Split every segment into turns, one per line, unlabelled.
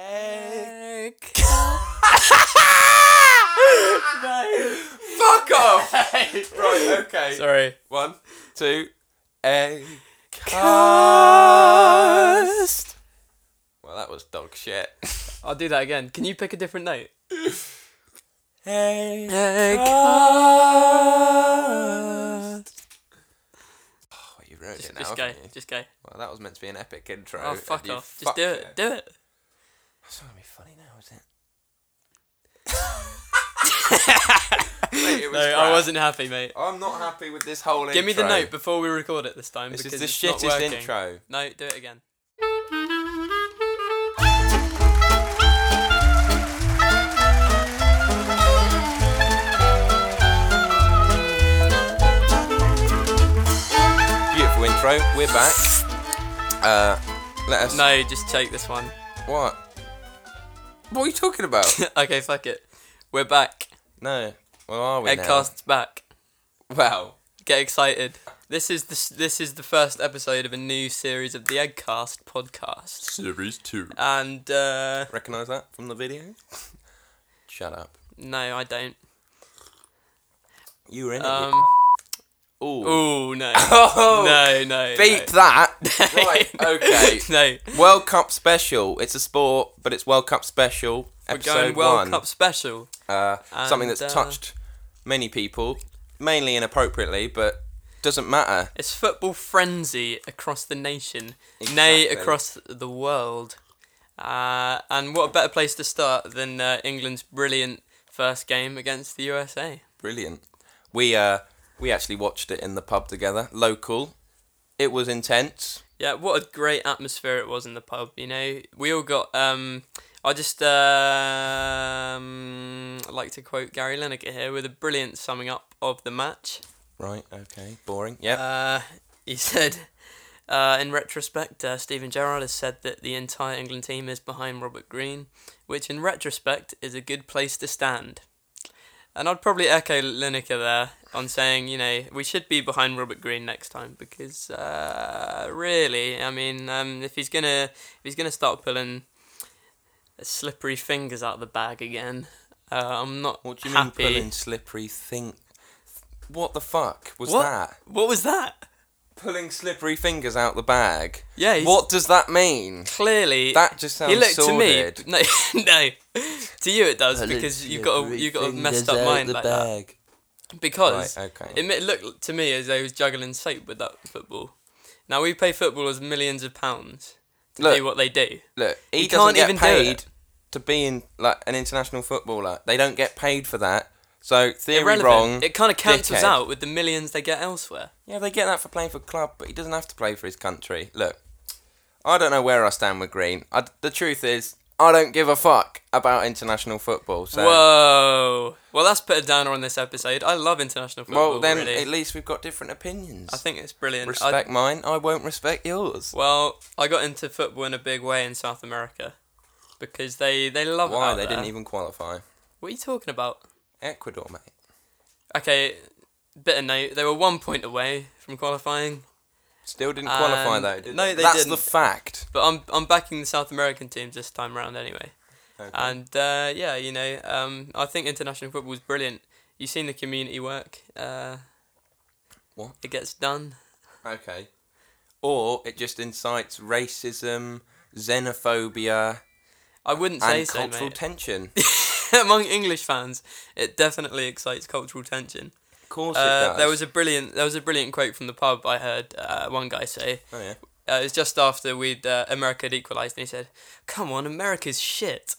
Egg.
no.
Fuck off!
right, okay.
Sorry.
One, two, a
Cast.
Well, that was dog shit.
I'll do that again. Can you pick a different note?
Hey.
Just,
Oh, you ruined it now.
just go.
haven't you?
Just go.
Well, that was meant to be an epic intro.
Oh
and
fuck
you
off! Just
fucked
do it. Do it.
That's not gonna be funny now, is it? Mate, it was
No, I
crap.
wasn't happy, mate.
I'm not happy with this whole intro.
Give me the note before we record it this time
This is
because
the
it's not
shittest
working.
intro.
No, do it again.
Beautiful intro. We're back. Uh, let us.
No, just take this one.
What? What are you talking about?
okay, fuck it. We're back.
no. Well, are we now?
Eggcast's back.
Wow.
Get excited. This is the s- this is the first episode of a new series of the Eggcast podcast.
Series two.
And uh,
Recognize that from the video? Shut up.
no, I don't.
You were in it.
Um.
Ooh.
Oh no.
Oh.
No, no.
Beep
no.
that. right. Okay.
no.
World Cup special. It's a sport, but it's World Cup special.
We're
episode
going World
one.
Cup special.
Uh, something
And,
that's
uh,
touched many people, mainly inappropriately, but doesn't matter.
It's football frenzy across the nation, nay,
Exactly.
across the world. Uh, and what a better place to start than uh, England's brilliant first game against the USA?
Brilliant. We uh we actually watched it in the pub together, local. It was intense.
Yeah, what a great atmosphere it was in the pub. You know, we all got. Um, I just um, like to quote Gary Lineker here with a brilliant summing up of the match.
Right. Okay. Boring. Yeah.
Uh, he said, uh, in retrospect, uh, Stephen Gerrard has said that the entire England team is behind Robert Green, which in retrospect is a good place to stand. And I'd probably echo Lineker there on saying, you know, we should be behind Robert Green next time because uh, really, I mean, um, if he's gonna if he's gonna start pulling slippery fingers out of the bag again, uh, I'm not
what do you
happy.
mean pulling slippery think? What the fuck was
what?
that?
What was that?
Pulling slippery fingers out the bag.
Yeah, he's-
What does that mean?
clearly
That just sounds
he looked
sordid.
to me no no to you it does because you've got a you got a messed up mind like that because
Right, okay.
it ma- looked to me as though he was juggling soap with that football now we pay footballers millions of pounds to
Look.
do what they do
Look, he,
He
doesn't
can't
get
even do
paid
it.
to be in like an international footballer. They don't get paid for that. So theory
irrelevant
wrong.
it kind of cancels
dickhead.
out with the millions they get elsewhere
Yeah, they get that for playing for club, but he doesn't have to play for his country. Look, I don't know where I stand with Green. I, the truth is, I don't give a fuck about international football. So,
whoa well that's put a downer on this episode I love international football
well, then
really.
at least we've got different opinions.
I think it's brilliant I-
respect mine. I won't respect yours.
Well, I got into football in a big way in South America because they they love it
Why
out
they
there.
didn't even qualify?
What are you talking about?
Ecuador, mate.
Okay, bit of note. They were one point away from qualifying,
Still didn't qualify
Um,
though. Did
no,
they?
they
That's the
didn't.
fact.
but I'm I'm backing the South American teams this time round anyway.
Okay.
And uh, yeah, you know, um, I think international football is brilliant. You've seen the community work. Uh,
What?
It gets done.
Okay. Or it just incites racism, xenophobia,
I wouldn't say
and
so,
cultural
mate.
tension.
Among English fans, it definitely excites cultural tension.
Of course it
Uh,
does.
there was a brilliant there was a brilliant quote from the pub I heard uh, one guy say.
Oh, yeah.
Uh, it was just after we'd uh, America had equalised, and he said, "Come on, America's shit.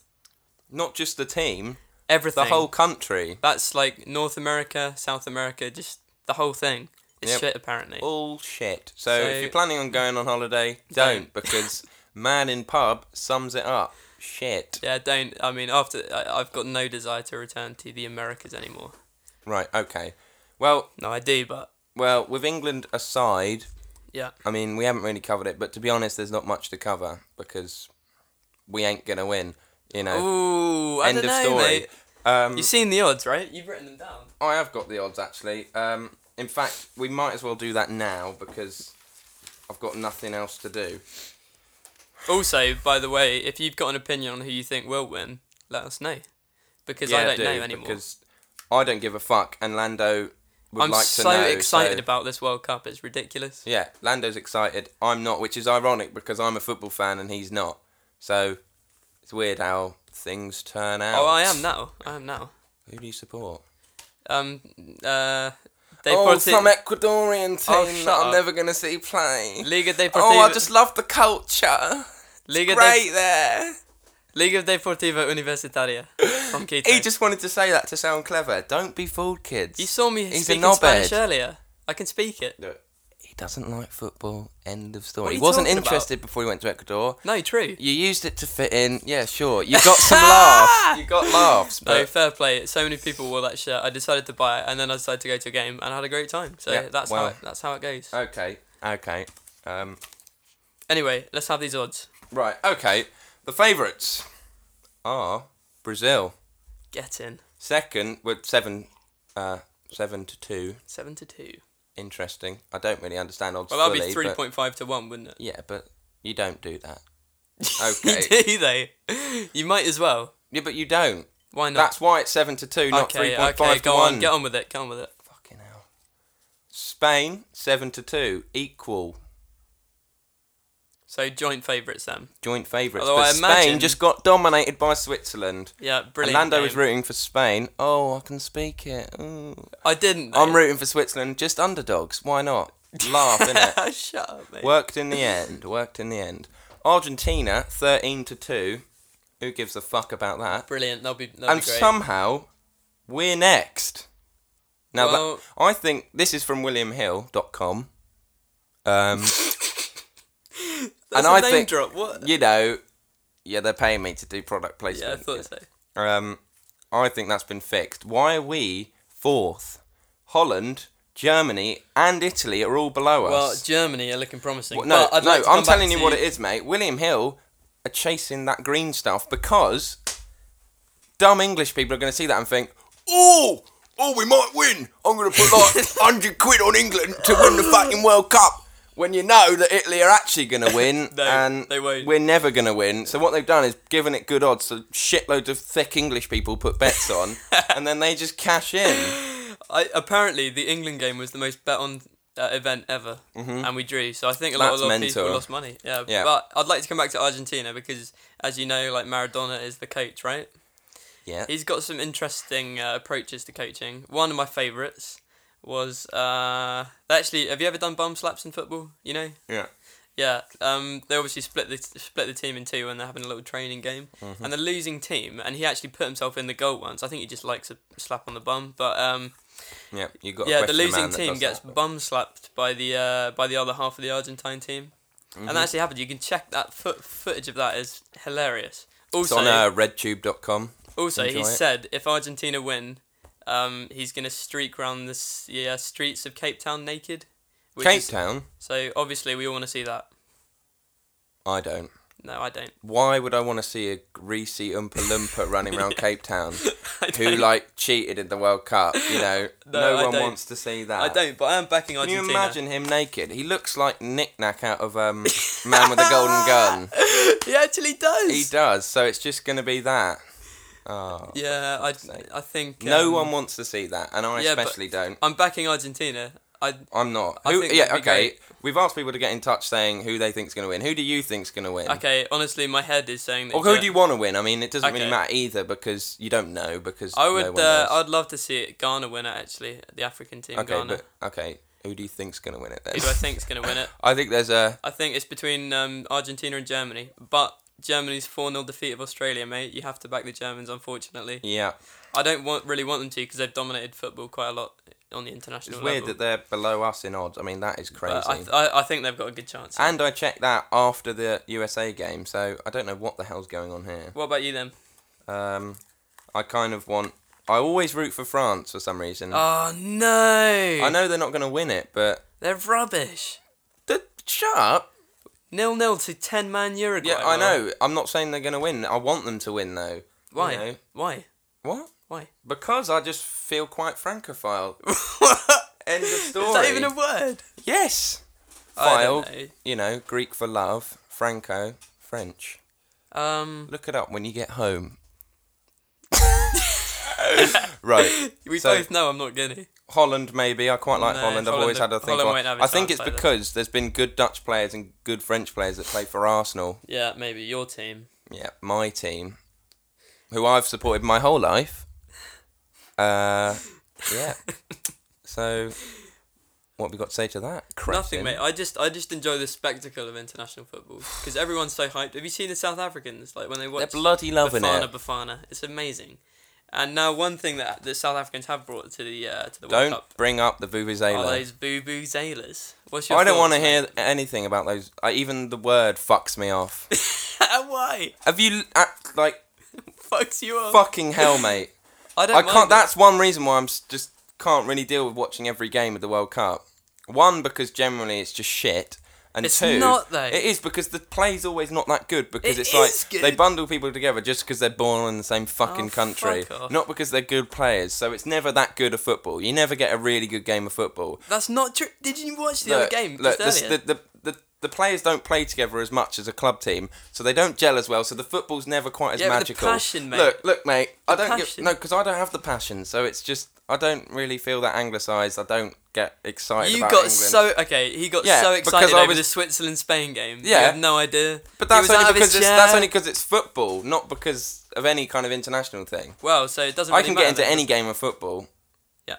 Not just the team,
Everything.
the whole country.
That's like North America, South America, just the whole thing. It's
Yep.
shit, apparently.
All shit. So,
So-
if you're planning on going on holiday, don't,
Don't.
because Man in Pub sums it up. Shit.
Yeah, don't. I mean, after I, I've got no desire to return to the Americas anymore.
Right, okay. Well,
No, I do, but
well, with England aside,
yeah,
I mean, we haven't really covered it, but to be honest, there's not much to cover because we ain't going to win, you know.
Ooh, I
End
don't
of
know,
story.
mate.
Um,
You've seen the odds, right? You've written them down.
I have got the odds actually. Um, in fact, we might as well do that now because I've got nothing else to do.
Also, by the way, if you've got an opinion on who you think will win, let us know. Because I don't know anymore.
Because I don't give a fuck, and Lando would
I'm
like to
so
know.
excited
so-
about this World Cup. It's ridiculous.
Yeah, Lando's excited. I'm not, which is ironic because I'm a football fan and he's not. So it's weird how things turn out.
Oh, I am now. I am now.
Who do you support?
Um, uh, they
oh,
put
some
it,
Ecuadorian team
Oh,
that
shut
I'm
up.
never going to see play.
Liga Deportiva.
oh, I just love the culture.
Liga,
Great there.
De, Liga Deportiva Universitaria from Quito.
He just wanted to say that to sound clever. Don't be fooled, kids.
you saw me
He's a
speaking
knobhead.
Spanish earlier. I can speak it.
Look, he doesn't like football. End of
What are
story. He
you
wasn't
talking about?
interested before he went to Ecuador.
No, true.
You used it to fit in. Yeah, sure. You got some laughs. You got laughs. But
No, fair play. So many people wore that shirt. I decided to buy it, and then I decided to go to a game, and I had a great time. So
Yeah,
that's
well.
how it, that's how it goes.
Okay, okay. Um,
Anyway, let's have these odds.
right, okay. The favourites are Brazil.
Get in
Second with seven, uh, seven to two.
seven to two.
Interesting. I don't really understand odds
Well, that'd
fully,
be three
but-
point five to one, wouldn't it?
Yeah, but you don't do that.
You
Okay.
do they? You might as well.
yeah, but you don't.
Why not?
That's why it's seven to two, not three
okay,
point
okay,
five
go
to
on,
one.
get on with it, get on with it.
Fucking hell. Spain seven to two, equal
So joint favourites then.
joint favourites.
Although
but
I
Spain
imagine-
just got dominated by Switzerland.
Yeah,
And
brilliant.
Lando
game.
is rooting for Spain. Oh, I can speak it. Ooh.
I didn't.
I'm
mate.
rooting for Switzerland. Just underdogs. Why not? Laugh, innit?
Shut up, mate.
Worked in the end. Worked in the end. Argentina, 13 to 2. Who gives a fuck about that?
Brilliant. That'll be. That'll
And
be great.
somehow, we're next. Now, that-
Well-
I think this is from WilliamHill.com. Um,
That's
and
a
I
name
think-
drop. What?
you know, yeah, they're paying me to do product
Yeah, I
placement.
thought so.
Um, I think that's been fixed. Why are we fourth? Holland, Germany, and Italy are all below
Well,
us.
Germany are looking promising.
Well, no,
but I'd
no,
like to
I'm
come back
telling you
to-
what it is, mate. William Hill are chasing that green stuff because dumb English people are going to see that and think, "Oh, oh, we might win. I'm going to put like hundred quid on England to win the fucking World Cup." When you know that Italy are actually going to win,
No,
and
they won't.
we're never going to win. So what they've done is given it good odds. So shitloads of thick English people put bets on, and then they just cash in.
I, apparently, the England game was the most bet on uh, event ever, and we drew. So I think a lot, a
Mm-hmm. That's
lot of
mental.
people lost money. Yeah,
Yeah.
But I'd like to come back to Argentina because, as you know, like Maradona is the coach, right?
Yeah,
He's got some interesting uh, approaches to coaching. One of my favourites was uh, actually. Have you ever done bum slaps in football? You know.
yeah.
Yeah, um, they obviously split the split the team in two when they're having a little training game,
Mm-hmm.
and the losing team, and he actually put himself in the goal once. I think he just likes a slap on the bum, but um,
Yeah, you got. to
yeah, the
question man
losing
that
team
does
gets
that.
bum slapped by the uh, by the other half of the Argentine team,
Mm-hmm.
and that actually happened. You can check that foot, footage of that is hilarious.
It's
Also,
on uh, RedTube.com.
also he
enjoy it.
said if Argentina win, um, he's gonna streak round the s- yeah, streets of Cape Town naked. Which
Cape
is-
Town.
So obviously we all want to see that.
I don't.
No, I don't.
Why would I want to see a greasy Oompa Loompa running around Cape Town
I
who
don't.
like cheated in the World Cup? You know, no,
No, I
one
don't.
wants to see that.
I don't, but I am backing
Ah. Can you
Argentina.
imagine him naked? He looks like Nick Knack out of um, Man with a Golden Gun.
He actually does.
He does. So it's just going to be that. Oh.
yeah, I,
sake.
I think
No
um,
one wants to see that, and I
Yeah, but-
especially don't.
I'm backing Argentina. I
I'm not.
I
Who,
think
yeah,
that'd be
okay. We've asked people to get in touch saying who they think's going to win. Who do you think's going to win?
okay. Honestly, my head is saying that.
Or who
Ger-
do you want to win? I mean, it doesn't really
Okay.
matter either because you don't know because
I
No
would.
one
uh,
knows.
I'd love to see it. Ghana win it. Actually, the African team.
Okay,
Ghana.
but okay. Who do you think's gonna win it then?
Who do I think's gonna win it?
I think there's a
I think it's between um, Argentina and Germany, but. Germany's 4 0 defeat of Australia, mate. You have to back the Germans, unfortunately.
yeah.
I don't want really want them to because they've dominated football quite a lot on the
It's
international
weird
level.
that they're below us in odds. I mean, that is crazy.
but I, th- I, I think they've got a good chance.
and I checked that after the USA game, so I don't know what the hell's going on here.
what about you then?
Um, I kind of want. I always root for France for some reason.
Oh no!
I know they're not gonna win it, but
They're rubbish.
the shut up.
Nil nil to ten man Uruguay.
Yeah, I
Will.
know. I'm not saying they're gonna win. I want them to win though. You
Why?
know.
Why?
What?
Why?
Because I just feel quite francophile. End of story.
Is that even a word?
Yes.
I
File,
don't know.
you know, Greek for love, Franco, French?
Um,
Look it up when you get home. right.
we
So-
both know I'm not gonna.
Holland, maybe. I quite like
No,
Holland. I've
Holland-
always had a thing.
Holland
for-
won't have
I
his
think
chance
it's
either.
because there's been good Dutch players and good French players that play for Arsenal.
Yeah, maybe your team.
Yeah, my team, who I've supported my whole life. Uh, yeah. so, what have we got to say to that?
Nothing,
Cretin?
mate. I just I just enjoy the spectacle of international football because everyone's so hyped. Have you seen the South Africans like when they
They're
watch
bloody loving
Bafana
it.
Bafana? It's amazing. And now one thing that the South Africans have brought to the uh, to the World
Don't
Cup Oh,
bring up the
are
vuvuzela.
those boo boo zailers. What's your
I don't want to
thoughts,
hear anything about those. I, even the word fucks me off.
mate? Why?
have you uh, like
Fucks you up.
fucking hell, mate?
I don't.
I
mind
can't.
it.
That's one reason why I'm s- just can't really deal with watching every game of the World Cup. One because generally it's just shit, and
It's
two,
not, though.
It is because the play's always not that good because
It
it's
is
like
good.
they bundle people together just because they're born in the same fucking
Oh,
country,
fuck off.
not because they're good players. So it's never that good a football. You never get a really good game of football.
That's not true. Did you watch the other
Look,
game?
look,
just
the,
earlier?
the, the, the, the players don't play together as much as a club team, so they don't gel as well. So the football's never quite as
Yeah, but the
magical.
passion, mate.
Look, look, mate. I
The
don't get
passion.
no because I don't have the passion. So it's just I don't really feel that anglicised. I don't get excited.
you
about
got
England.
so okay. He got
Yeah,
so
because
excited
I
over
was-
the Switzerland Spain game. you
Yeah.
have no idea.
But
He
that's
was
only
out of his
because it's, that's
chair.
only because it's football, not because of any kind of international thing.
Well, so it doesn't.
I
Really
can
matter
get into
then.
any game of football.
Yeah.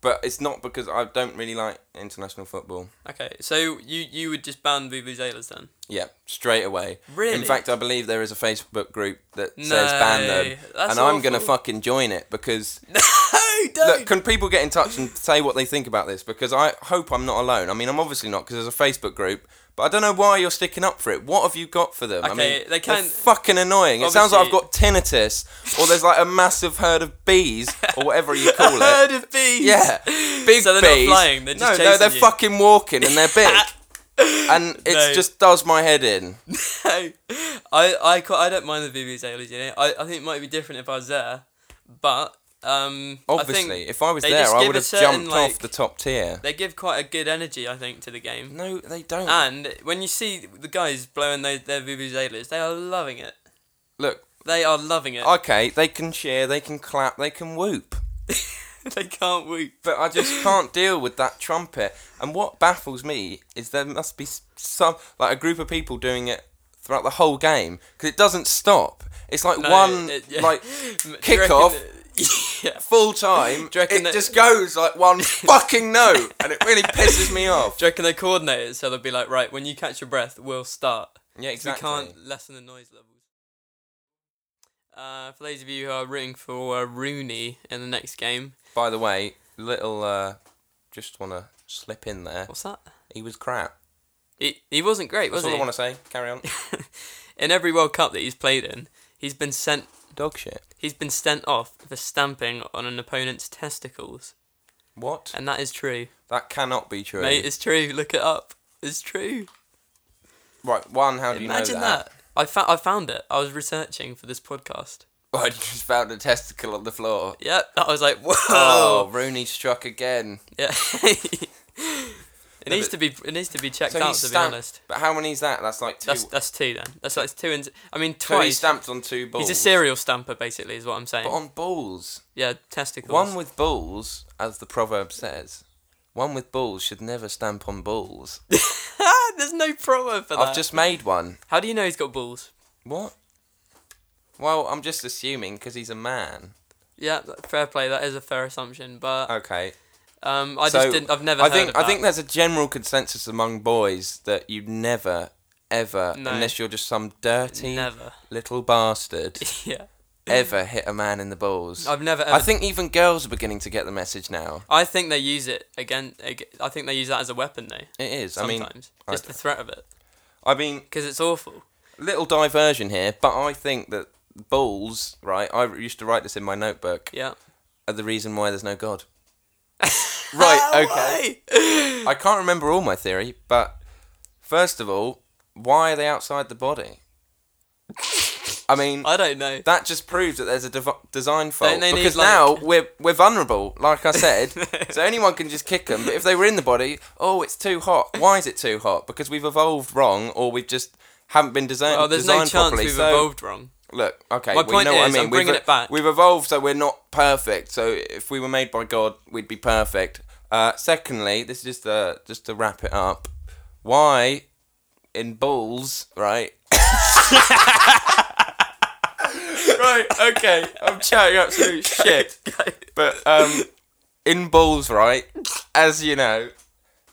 But it's not because I don't really like international football.
Okay, so you you would just ban vuvuzelas then?
Yeah, straight away.
Really?
In fact, I believe there is a Facebook group that says ban them,
No, that's
and I'm gonna
awful.
fucking join it because
No, don't.
look, can people get in touch and say what they think about this? Because I hope I'm not alone. I mean, I'm obviously not because there's a Facebook group, but I don't know why you're sticking up for it. What have you got for them? I
Okay,
mean,
they
they're
can-
fucking annoying. It sounds like I've got
Obviously-
tinnitus, or there's like a massive herd of bees, or whatever you call
a
it.
herd of bees.
Yeah, big
so they're
bees.
not flying. They're just
no,
chasing
no, they're
you.
fucking walking and they're big, and it
No.
just does my head in.
I, I, ca- I don't mind the vuvuzelas. You know, I, I think it might be different if I was there, but um, I
Obviously,
think
if I was
they
there,
just
I
give
would
a
have
certain,
jumped
like-
off the top tier.
they give quite a good energy. I think to the game.
No, they don't.
And when you see the guys blowing those, their vuvuzelas, they are loving it.
Look,
They are loving it.
okay, they can cheer, they can clap, they can whoop,
they can't whoop.
but I just can't deal with that trumpet. And what baffles me is there must be s- some like a group of people doing it throughout the whole game because it doesn't stop. It's like
No,
one
it- yeah.
like
Do you
kick
reckon
off.
that- yeah.
full time.
Do you reckon
It
that-
just goes like one fucking note, and it really pisses me off.
Do you reckon they coordinate it so they'll be like, right, when you catch your breath, we'll start.
Yeah, exactly.
We can't lessen the noise levels. Uh, for those of you who are rooting for uh, Rooney in the next game,
By the way, little uh, just want to slip in there.
what's that?
He was crap.
He, he wasn't great, was
That's all I
he?
want to say. Carry on.
in every World Cup that he's played in, he's been sent
Dog shit.
he's been sent off for stamping on an opponent's testicles,
What?
and that is true.
That cannot be true.
Mate, it's true. Look it up. It's true.
right, one, how do you
Imagine
know
that. I found I found it. I was researching for this podcast.
Oh, you just found a testicle on the floor.
Yeah, I was like, whoa.
Oh, Rooney struck again.
Yeah. it needs to be. It needs to be checked
So
out.
he's
To be
stamped-
honest,
But how many's that? That's like two.
that's that's two then. That's like two and I mean
so he
twice.
stamped on two balls.
He's a serial stamper, basically, is what I'm saying.
But on balls.
yeah, testicles.
One with balls, as the proverb says. One with balls should never stamp on balls.
There's no promo for that.
I've just made one.
How do you know he's got balls?
What? Well, I'm just assuming because he's a man.
Yeah, th- fair play. That is a fair assumption, but
Okay.
um, I
Oh. So,
just didn't. I've never.
I
heard
think
of
I
that.
think there's a general consensus among boys that you never ever
No.
unless you're just some dirty
never.
little bastard
yeah,
ever hit a man in the balls.
I've never. Ever,
I think even girls are beginning to get the message now.
I think they use it again. ag- I think they use that as a weapon though.
It is.
Sometimes
I mean I
just the threat of it,
I mean
because it's awful.
little diversion here, but I think that balls, right? I used to write this in my notebook.
Yeah.
Are the reason why there's no God. right, okay.
okay.
I can't remember all my theory, but first of all, why are they outside the body? I mean,
I don't know.
that just proves that there's a dev- design fault
Don't they need,
because
like-
now we're we're vulnerable, like I said. so anyone can just kick them. But if they were in the body, oh, it's too hot. Why is it too hot? Because we've evolved wrong, or we've just haven't been designed,
Oh, there's no
designed
chance
properly.
we've
so
evolved wrong.
look, okay,
My
we
point
know what I
is,
mean.
I'm bringing
we've, e-,
it back.
We've evolved, so we're not perfect. So if we were made by God, we'd be perfect. Uh, secondly, this is just uh, just to wrap it up. Why in bulls, right? right. Okay, I'm chatting absolute shit. But um, in bulls, right? As you know,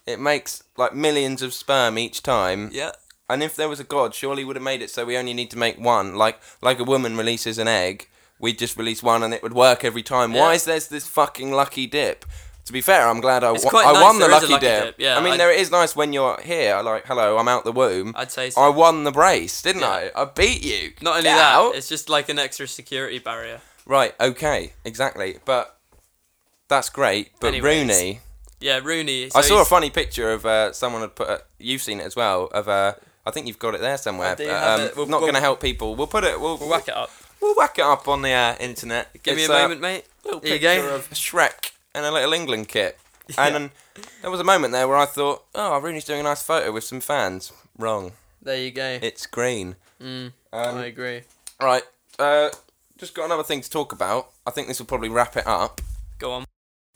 it makes like millions of sperm each time.
Yeah.
And if there was a god, surely he would have made it so we only need to make one. Like like a woman releases an egg, we just release one and it would work every time.
Yeah.
Why is there this fucking lucky dip? To be fair, I'm glad I, wa-
quite
I
nice
won the
there is a
lucky,
lucky
dip.
dip, yeah,
I mean,
I-
there it is nice when you're here. Like, hello, I'm out the womb.
I'd say so.
I won the brace, didn't
Yeah.
I? I beat you.
Not only
Get
that,
out.
it's just like an extra security barrier.
right? Okay, exactly. But that's great. But
Anyways,
Rooney,
Yeah, Rooney.
I saw a
he's-
funny picture of uh, someone had put. A, you've seen it as well. Of uh, I think you've got it there somewhere.
I do
but,
have
um,
it. We'll-
not
we'll-
going to help people. We'll put it. We'll,
We'll whack it up.
We'll whack it up on the uh, internet.
Give
It's,
me a
uh,
moment, mate.
Little
There you
picture
go.
of Shrek and a little England kit.
Yeah.
And then there was a moment there where I thought, oh, Rooney's doing a nice photo with some fans. Wrong.
There you go.
It's green.
Mm,
Um,
I agree.
Right. Uh, just got another thing to talk about. I think this will probably wrap it up.
Go on.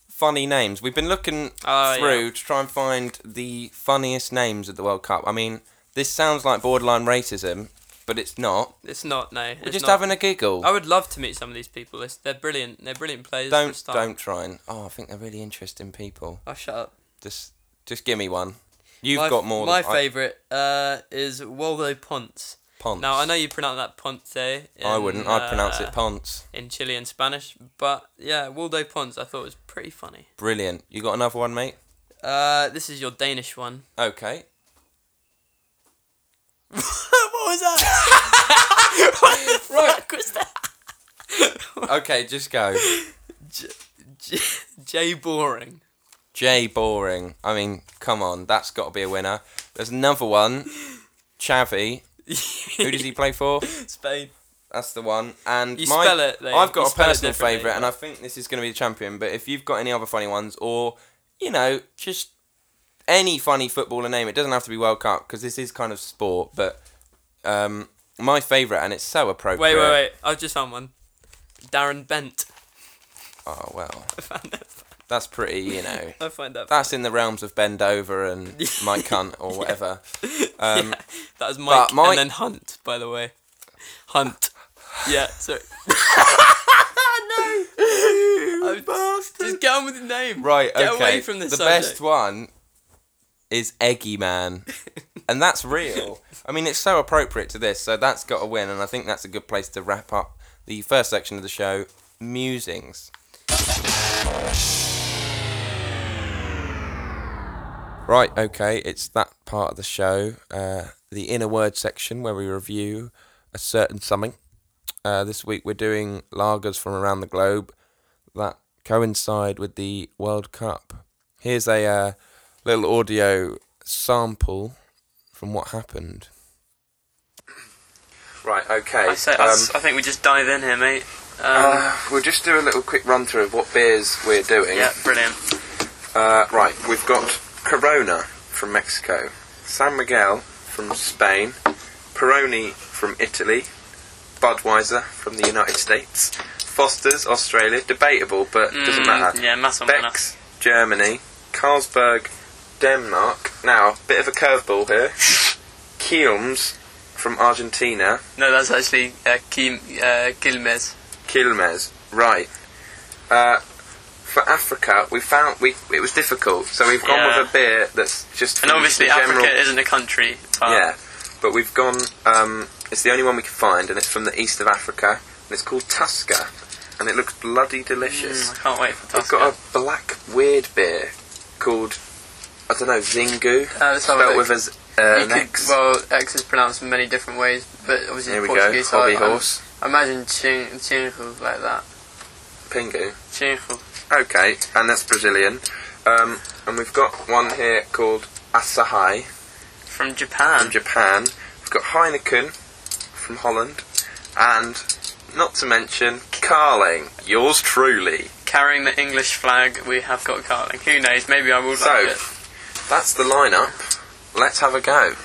Funny names. We've been looking
Oh, yeah.
through to try and find the funniest names of the World Cup. I mean, this sounds like borderline racism, but it's not.
It's not. No.
We're
it's
just
not. Oh,
having a giggle.
I would love to meet some of these people. It's, they're brilliant. They're brilliant players. for a
don't
start.
don't try and. Oh, I think they're really interesting people.
Oh, shut up.
Just just give me one. You've
my,
got more.
My
than
favourite uh, is Waldo Ponce.
I, Ponce.
Now I know you pronounce that Ponce. In,
I wouldn't. I'd pronounce
uh,
it Ponce.
in Chile and Spanish, but yeah, Waldo Ponce. I thought was pretty funny.
Brilliant. You got another one, mate?
Uh, this is your Danish one.
Okay.
what was that? what the
Right.
fuck was that?
Okay, just go.
J, J boring.
Jay Boring. I mean, come on, that's got to be a winner. There's another one. Chavi. Who does he play for?
Spain.
That's the one. And
You
my,
spell it, though.
I've
You
got a
spell it
personal
differently.
favourite, and I think this is going to be the champion. But if you've got any other funny ones, or you know, just any funny footballer name, it doesn't have to be World Cup because this is kind of sport. But um, my favourite, and it's so appropriate.
Wait, wait, wait. I've just found one. Darren Bent.
Oh well,
I found that.
that's pretty. You know,
I find that.
that's in the realms of bend over and my cunt or whatever. Um,
yeah, that was Mike,
but my-
and then Hunt, by the way. Hunt. Yeah, sorry. no! I'm- Just get on with the name.
Right,
Get
okay.
away from this
the
subject.
best one is Eggy Man. and that's real. I mean, it's so appropriate to this, so that's got a win, and I think that's a good place to wrap up the first section of the show, musings. Right, okay, it's that part of the show, uh, the inner word section where we review a certain something. Uh, this week we're doing lagers from around the globe that coincide with the World Cup. Here's a uh, little audio sample from what happened. Right, okay. Um,
think we just dive in here, mate. Um,
we'll just do a little quick run through of what beers we're doing.
brilliant.
Uh, right, we've got Corona from Mexico, San Miguel from Spain, Peroni from Italy, Budweiser from the United States, Foster's Australia, debatable but doesn't matter.
Mm, Yeah, mass
Beck's Germany, Carlsberg Denmark. Now, bit of a curveball here. Kilmes from Argentina,
No, that's actually uh, Kim, uh, Gilmes.
Kilmes. Right. Uh, for Africa, we found we it was difficult, so we've gone
Yeah.
with a beer that's just
And
from
obviously,
the general,
Africa isn't a country. But
Yeah, but we've gone. Um, it's the only one we could find, and it's from the east of Africa, and it's called Tusker, and it looks bloody delicious.
Mm, I can't wait for
We've
Tosca.
got a black weird beer called I don't know Zingu,
Uh, let's have a
spelled
look.
with as uh,
You
an
could-
X.
well, X is pronounced in many different ways, but obviously
Here we go,
Portuguese. so
hobby
I- I-
horse,
I imagine ching, chingu like that.
Pingu.
Chingu.
Okay, and that's Brazilian. Um, and we've got one here called Asahi
From
from
Japan.
Japan. We've got Heineken from Holland, and not to mention Carling, yours truly.
Carrying the English flag, we have got Carling. Who knows? Maybe I will
So-
like it.
That's the lineup. Let's have a go.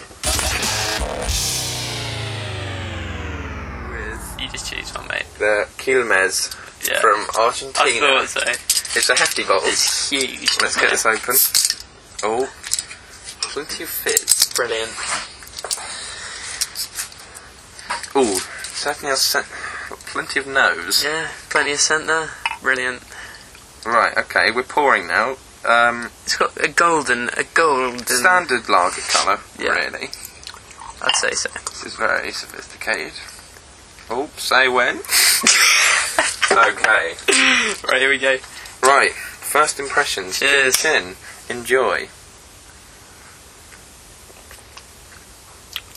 just choose one, mate.
The Quilmes
Yeah.
from
I
Argentina.
thought so.
It's a hefty bottle.
It's huge.
Let's get this open. Oh, plenty of fizz.
Brilliant.
Ooh, certainly has scent. Plenty of nose.
Yeah, plenty of scent there. Brilliant.
Right, okay, we're pouring now. Um,
It's got a golden, a golden.
standard lager colour,
Yeah.
really.
I'd say so.
This is very sophisticated. Oh, say when. okay.
Right, here we go.
Right, first impressions.
Cheers.
Chin. Enjoy.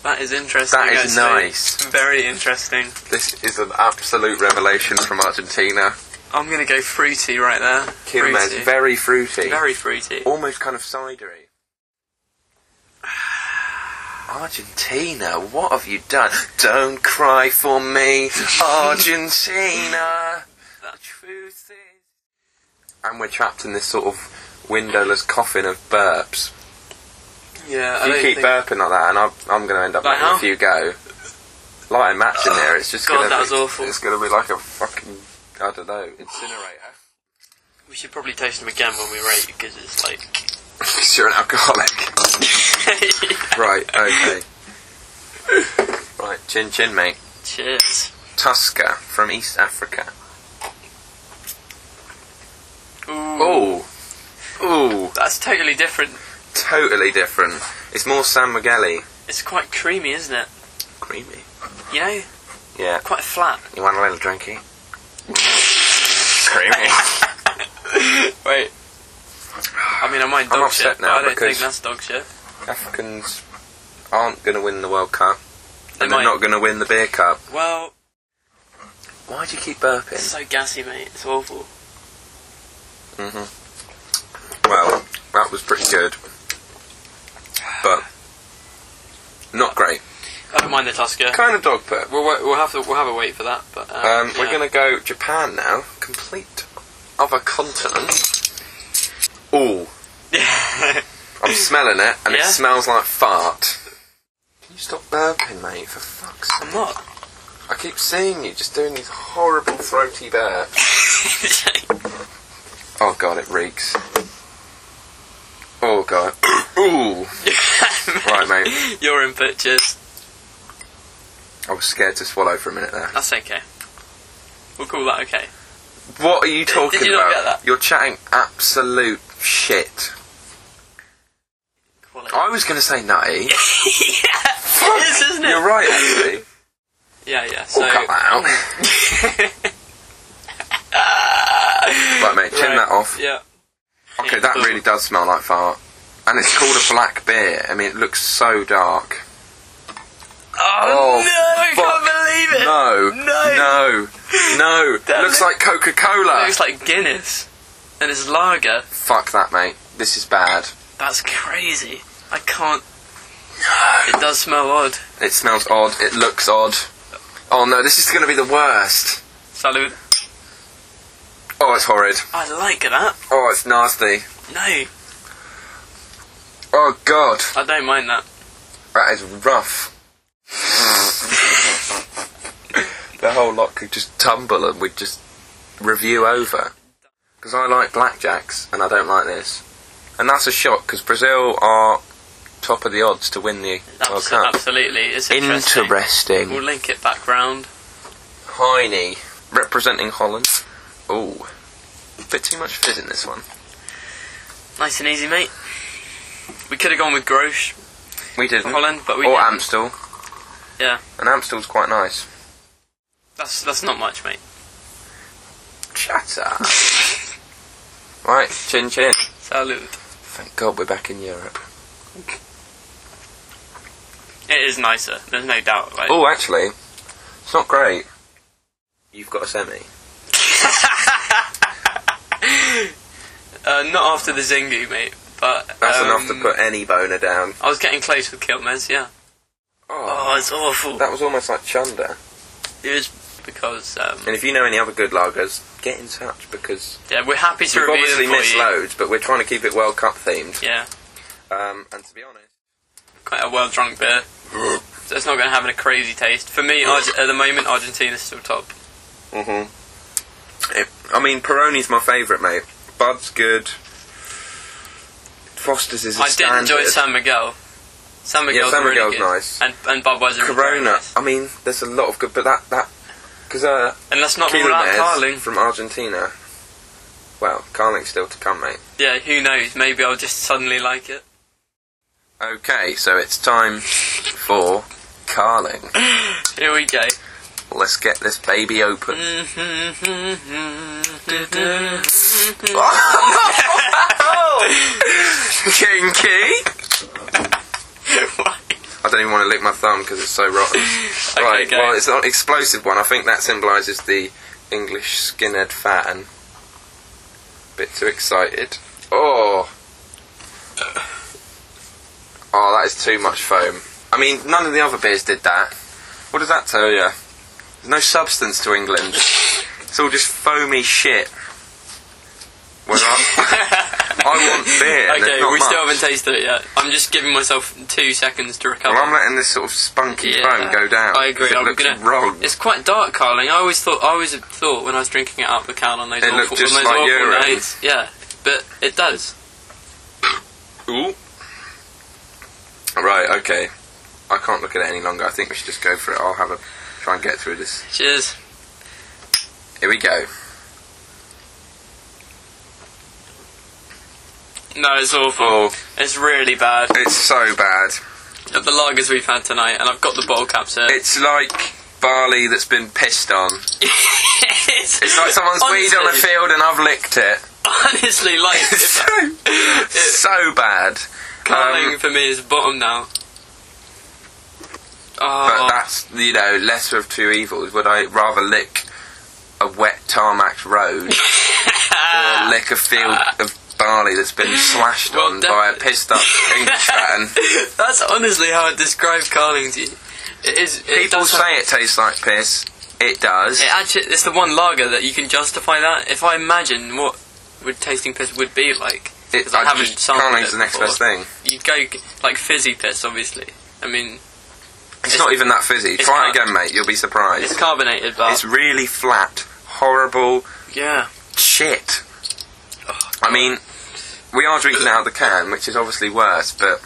That is interesting.
That is
actually.
nice.
Very interesting.
This is an absolute revelation from Argentina.
I'm gonna go fruity right there.
Quilmes,
Fruity.
very fruity.
Very fruity.
almost kind of cidery. Argentina, what have you done? Don't cry for me, Argentina.
The truth is.
and we're trapped in this sort of windowless coffin of burps.
Yeah, I
If you
don't
keep
think.
burping like that, and I'm, I'm going to end up
Like
letting
how?
a few go. Light a match in there. It's just
God,
going to
that
be
was awful.
It's going to be like a fucking I don't know incinerator.
We should probably taste them again when we rate because it's like.
'Cause you're an alcoholic. right. Okay. right. Chin chin, mate.
Cheers.
Tusker from East Africa.
Ooh,
Oh, ooh,
that's totally different.
totally different. It's more San Migueli.
It's quite creamy, isn't it?
Creamy.
You know,
Yeah.
quite flat.
You want a little drinky? Creamy.
Wait. I mean, I might
I'm
dog
upset
shit.
now
but I don't think
because-
that's dog shit.
Africans aren't going to win the World Cup,
They
and they're
might.
not going to win the beer cup.
Well,
Why do you keep
it's
burping?
so gassy, mate. It's awful.
Mm-hmm. Well, that was pretty good, but not great.
I don't mind the Tusker.
Kind of dog poo.
We'll, wait- we'll have to we'll have a wait for that. But
Um,
um,
We're
yeah.
going to go Japan now. Complete other continent. Ooh, I'm smelling it, and
Yeah?
it smells like fart. Can you stop burping, mate? For fuck's sake!
I'm not.
I keep seeing you just doing these horrible throaty burps. Oh god, it reeks. Oh god. Ooh, right, mate.
Your input, cheers.
I was scared to swallow for a minute there.
That's okay. We'll call that okay.
What are you
Did-
talking
did you not
about?
get that?
You're chatting absolute shit.
Call it.
I was going to say nutty.
yeah, it is, isn't it?
You're right, Oh, actually.
Yeah, yeah.
We'll
So mm.
cut that out. right, mate, chin
Right. Mm.
that off.
yeah,
Okay, that really does smell like fart. And it's called a black beer. I mean, it looks so dark.
Oh,
Oh,
no, I can't believe it.
No.
No.
No. No.
Damn
looks
it.
like Coca
It
Cola.
looks like Guinness, and it's lager.
Fuck that, mate. This is bad.
That's crazy. I can't. It does smell odd.
It smells odd. It looks odd. Oh no, this is going to be the worst.
Salute.
Oh, it's horrid.
I like that.
Oh, it's nasty.
No,
Oh god,
I don't mind that.
that is rough. the whole lot could just tumble and we'd just review over. Because I like blackjacks and I don't like this. And that's a shock because Brazil are top of the odds to win the World
Abs-
Cup.
absolutely, it's interesting. We'll
Interesting.
link it back round.
Heine representing Holland. Ooh. Bit too much fizz in this one.
Nice and easy, mate. We could have gone with Grosh
We didn't.
from Holland, but we
Mm-hmm. or
didn't.
Amstel.
Yeah.
And Amstel's quite nice.
That's that's not much, mate.
Shut up. right, chin chin.
Salute.
Thank God we're back in Europe.
It is nicer. There's no doubt. Like,
Oh, actually, it's not great. You've got a semi.
uh, not after the Zingu, mate. But
That's
um,
enough to put any boner down.
I was getting close with Kiltmez, yeah.
Oh,
Oh, it's awful.
that was almost like chunder.
It was because um,
And if you know any other good lagers, get in touch because
yeah, we're happy to
we've
review them
obviously
for
missed
you.
loads, but we're trying to keep it World Cup themed.
Yeah,
Um, and to be honest,
quite a well drunk beer. So it's not going to have a crazy taste. For me, Arge- at the moment, Argentina's still top.
Mhm. Mm-hmm. It- I mean, Peroni's my favourite, mate. Bud's good. Foster's is a
I did
standard.
enjoy San Miguel. San Miguel's
San
really
Miguel's
good.
nice.
And, and Budweiser. is very
Corona.
nice.
I mean, there's a lot of good, but that that because uh,
And let's not rule out
Quilmes
Carling.
from Argentina. Well, Carling's still to come, mate.
Yeah, who knows? Maybe I'll just suddenly like it.
Okay, so it's time for Carling.
Here we go.
Let's get this baby open.
Mm.
Kinky. I don't even want to lick my thumb because it's so rotten. right,
go.
well, it's an explosive one. I think that symbolises the English skinhead fatten. Bit too excited. Oh. Oh, that is too much foam. I mean, none of the other beers did that. What does that tell you? There's no substance to England. It's all just foamy shit. Well, I, I want beer. and
okay,
there's not
we
much.
still haven't tasted it yet. I'm just giving myself two seconds to recover.
Well, I'm letting this sort of spunky foam go down.
I agree.
It
I'm
looks
gonna.
wrong.
It's quite dark, Carling. I always thought. I always thought when I was drinking it out of the can on those
It looked
awful,
just
on those
like
awful
urine.
nights. Yeah, but it does.
Ooh. Right, okay. I can't look at it any longer. I think we should just go for it. I'll have a try and get through this.
Cheers.
Here we go.
No, it's awful.
Oh,
It's really bad.
it's so bad.
Of the lagers we've had tonight, and I've got the bottle caps here.
It's like barley that's been pissed on.
it's,
It's like someone's weed on a
honestly-
field and I've licked it.
Honestly, like
It's
if,
so, so bad.
Carling
Um,
for me is bottom now.
But
Oh,
that's, you know, lesser of two evils. Would I rather lick a wet tarmac road
Ah.
or lick a field of barley that's been slashed
Well,
on by a pissed up English fan?
that's honestly how I describe Carling to you. It is. It
People
does have-
say it tastes like piss. It does.
It actually, it's the one lager that you can justify that. If I imagine what would tasting piss would be like,
It,
because I haven't sampled
Carling's
it
the next
before.
best thing.
you'd go g- like fizzy piss. Obviously, I mean
It's, not even that fizzy.
it's
Try it
not-
again, mate. You'll be surprised.
it's
It's,
carbonated, but
really flat, horrible
yeah,
shit. I mean, we are drinking it out of the can, which is obviously worse, but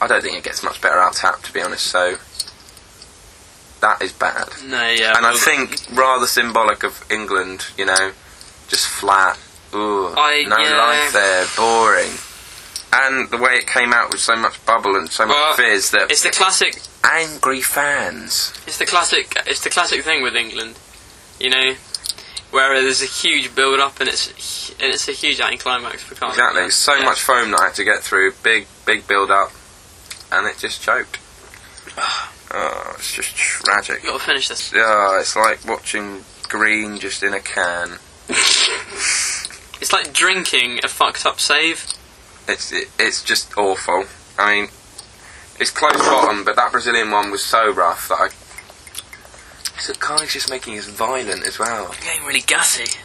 I don't think it gets much better out tap, to be honest. So that is bad.
no, yeah.
And I
well,
think rather symbolic of England, you know, just flat. Ooh,
I-
no
yeah.
life there, boring. And the way it came out with so much bubble and so much
Well,
fizz that
it's the classic.
angry fans.
It's the classic. It's the classic thing with England, you know, where there's a huge build up and it's and it's a huge anticlimax for Carling.
Exactly, so
Oh, Yeah.
much foam that I had to get through, big, big build up, and it just choked. Oh, it's just tragic.
You gotta finish this.
Yeah, it's like watching green just in a can.
It's like drinking a fucked up save.
It's it, it's just awful. I mean, it's close bottom, but that Brazilian one was so rough that I. So Carling's just making us violent as well.
I'm getting really gassy.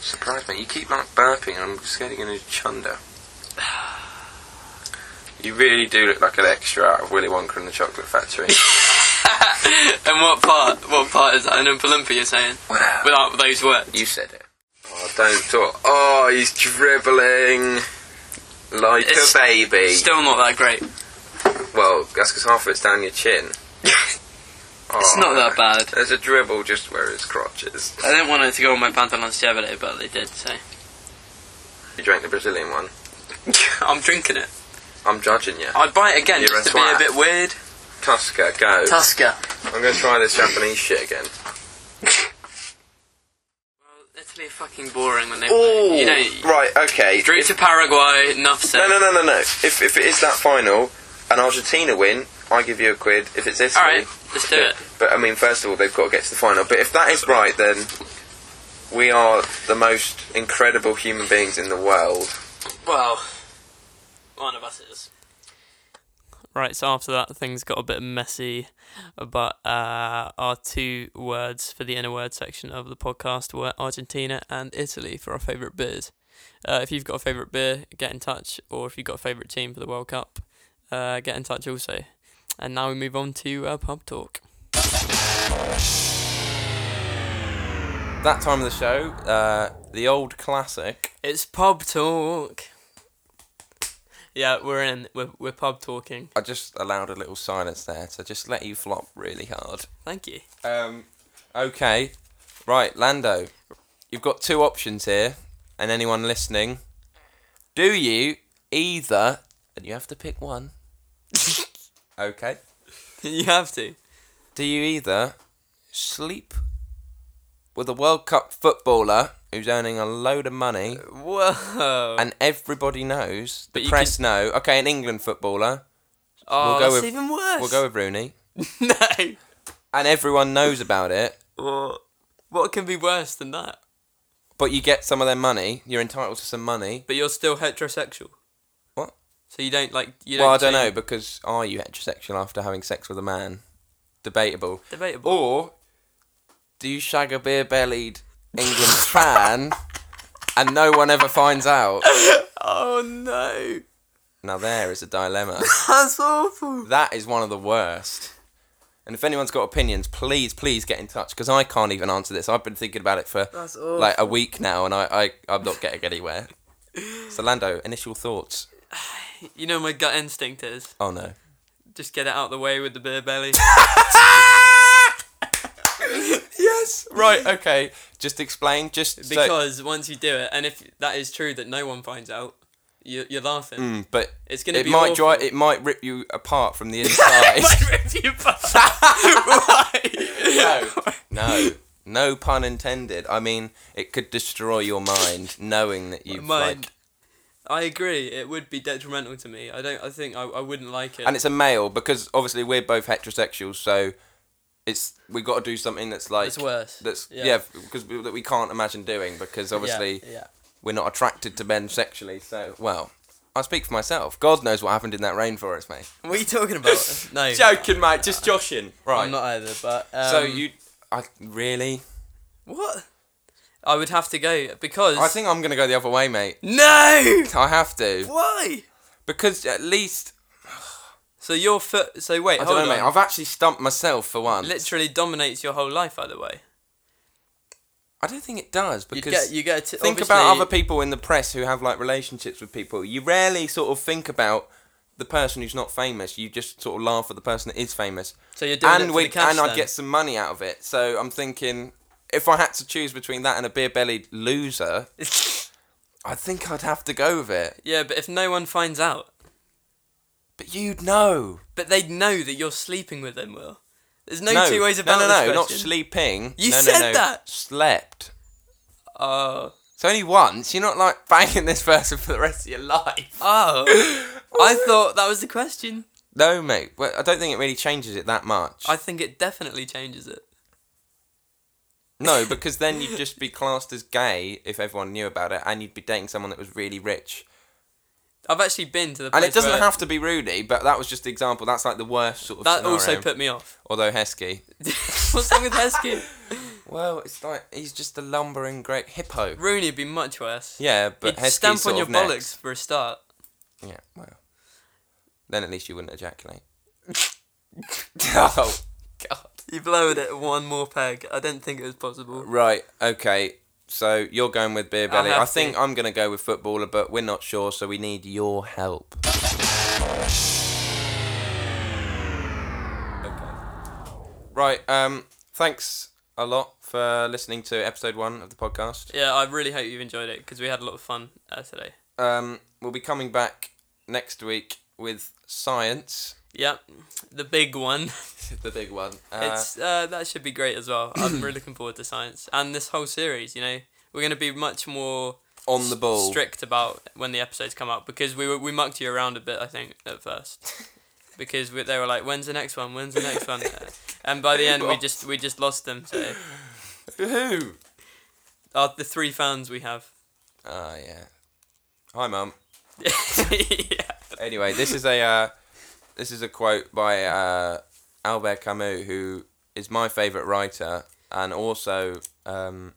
Surprise me! You keep like burping, and I'm scared you're gonna chunder. You really do look like an extra out of Willy Wonka and the Chocolate Factory.
and what part? What part is that? An Oompa Loompa, you're saying?
Wow.
Without those words.
You said it. Oh, don't talk. Oh, he's dribbling like
It's
a baby.
Still not that great.
well, that's because half of it's down your chin.
It's
Oh,
not that bad.
There's a dribble just where his crotch is.
I didn't want it to go on my Pantalons Chevrolet, but they did, so.
You drank the Brazilian one.
I'm drinking it.
I'm judging you.
I'd buy it again
You're
just
a
to be a
twat.
bit weird.
Tusker, go.
Tusker.
I'm going to try this Japanese shit again.
Well, Italy are fucking boring when they play. You know,
right, okay.
drink to Paraguay, enough said.
No, no, no, no, no. If, if it is that final and Argentina win, I give you a quid. If it's Italy,
Alright, let's do it.
But I mean, first of all, they've got to get to the final. But if that is right, then we are the most incredible human beings in the world.
Well, one of us is.
Right, so after that, things got a bit messy, but uh, our two words for the inner word section of the podcast were Argentina and Italy for our favourite beers. Uh, if you've got a favourite beer, get in touch, or if you've got a favourite team for the World Cup, uh, get in touch also.
And now we move on to uh, pub talk.
That time of the show, uh, the old classic.
It's pub talk. Yeah, we're in. We're, we're pub talking.
I just allowed a little silence there to just let you flop really hard.
Thank you.
Um, okay, right, Lando, you've got two options here, and anyone listening, do you either, and you have to pick one. okay.
you have to.
Do you either sleep with a World Cup footballer who's earning a load of money
Whoa.
and everybody knows,
Uh, But
the
you
press know, okay, an England footballer,
oh,
we'll go
that's
with-
even worse.
we'll go with Rooney,
no.
and everyone knows about it,
What? What can be worse than that?
but you get some of their money, you're entitled to some money.
But you're still heterosexual.
What?
So you don't like you don't.
Well, I don't know,
change-
because are you heterosexual after having sex with a man? Debatable.
Debatable.
Or do you shag a beer bellied England fan and no one ever finds out?
Oh no,
Now, there is a dilemma.
that's awful.
That is one of the worst. And if anyone's got opinions, please, please get in touch because I can't even answer this. I've been thinking about it for
That's awful.
like a week now and I, I, I'm not getting anywhere. So, Lando, initial thoughts?
You know my gut instinct is
Oh no.
just get it out the way with the beer belly.
Yes! Right, okay. Just explain. Just so-
because once you do it, and if that is true that no one finds out, you, you're laughing.
Mm, but
It's gonna
it
be
might
awful.
dry- it might rip you apart from the inside.
Rip you apart. Why?
no, no, no pun intended. I mean, it could destroy your mind knowing that you've
Mind.
like,
I agree. It would be detrimental to me. I don't. I think I, I wouldn't like it.
and it's a male because obviously we're both heterosexuals, so it's we've got to do something that's like
That's worse.
That's
Yeah.
yeah, because we that we can't imagine doing because obviously
yeah, yeah.
we're not attracted to men sexually. So well, I speak for myself. God knows what happened in that rainforest, mate.
What are you talking about? No,
Joking, mate. Just joshing. Right.
I'm not either. But um,
so you, I really.
what? I would have to go because
I think I'm gonna go the other way, mate.
no.
I have to
Why?
because at least
So your foot. So wait,
I
hold
don't know,
on.
mate. I've actually stumped myself for once.
Literally dominates your whole life either way.
I don't think it does
You
because
get. You get. To,
think about other people in the press who have like relationships with people. You rarely sort of think about the person who's not famous. You just sort of laugh at the person that is famous.
So you're doing it
and
for
we-
the cash
and
then?
I'd get some money out of it. So I'm thinking if I had to choose between that and a beer-bellied loser, I think I'd have to go with it.
Yeah, but if no one finds out,
But you'd know.
but they'd know that you're sleeping with them, Will. There's no,
no,
two ways about
no, no,
this
no, not
question.
sleeping.
You
No, no,
said
no,
that.
Slept.
Oh,
It's only once. You're not like banging this person for the rest of your life.
oh! I thought that was the question.
No, mate. Well, I don't think it really changes it that much.
I think it definitely changes it.
No, because then you'd just be classed as gay if everyone knew about it, and you'd be dating someone that was really rich.
I've actually been to the place
And it doesn't
where
have to be Rudy, but that was just the example. That's like the worst sort of.
that also
scenario.
put me off.
Although Heskey.
What's wrong with Heskey?
Well, it's like he's just a lumbering great hippo.
Rooney would be much worse.
Yeah, but
He'd
Heskey's
stamp
sort
on your
of next.
bollocks for a start.
Yeah, well. Then at least you wouldn't ejaculate. oh, God.
You blowed it one more peg. I didn't think it was possible.
Right. Okay. So you're going with beer belly.
have
I think
to.
I'm going to go with footballer, but we're not sure, so we need your help. Okay. Right. Um. Thanks a lot for listening to episode one of the podcast.
Yeah, I really hope you've enjoyed it because we had a lot of fun uh, today.
Um. We'll be coming back next week with science,
Yep, the big one.
the big one. Uh,
It's uh, that should be great as well. I'm really looking forward to science and this whole series. You know, we're going to be much more
on the ball.
strict about when the episodes come out because we were, we mucked you around a bit. I think at first because we, they were like, "When's the next one? When's the next one?" and by the end, we just we just lost them. So
Woohoo!
uh, the three fans we have.
Ah, yeah. Hi, mum.
yeah.
anyway, this is a uh, this is a quote by uh, Albert Camus, who is my favourite writer, and also um,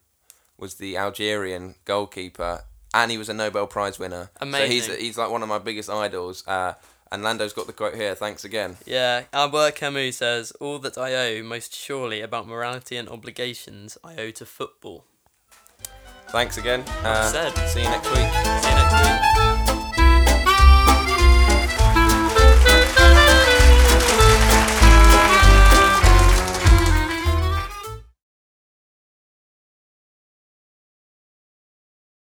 was the Algerian goalkeeper, and he was a Nobel Prize winner. So he's
Amazing.
he's like one of my biggest idols. Uh, And Lando's got the quote here. Thanks again.
Yeah, Albert Camus says, All that I owe most surely about morality and obligations I owe to football.
Thanks again. Uh,
said.
See you next week.
See you next week.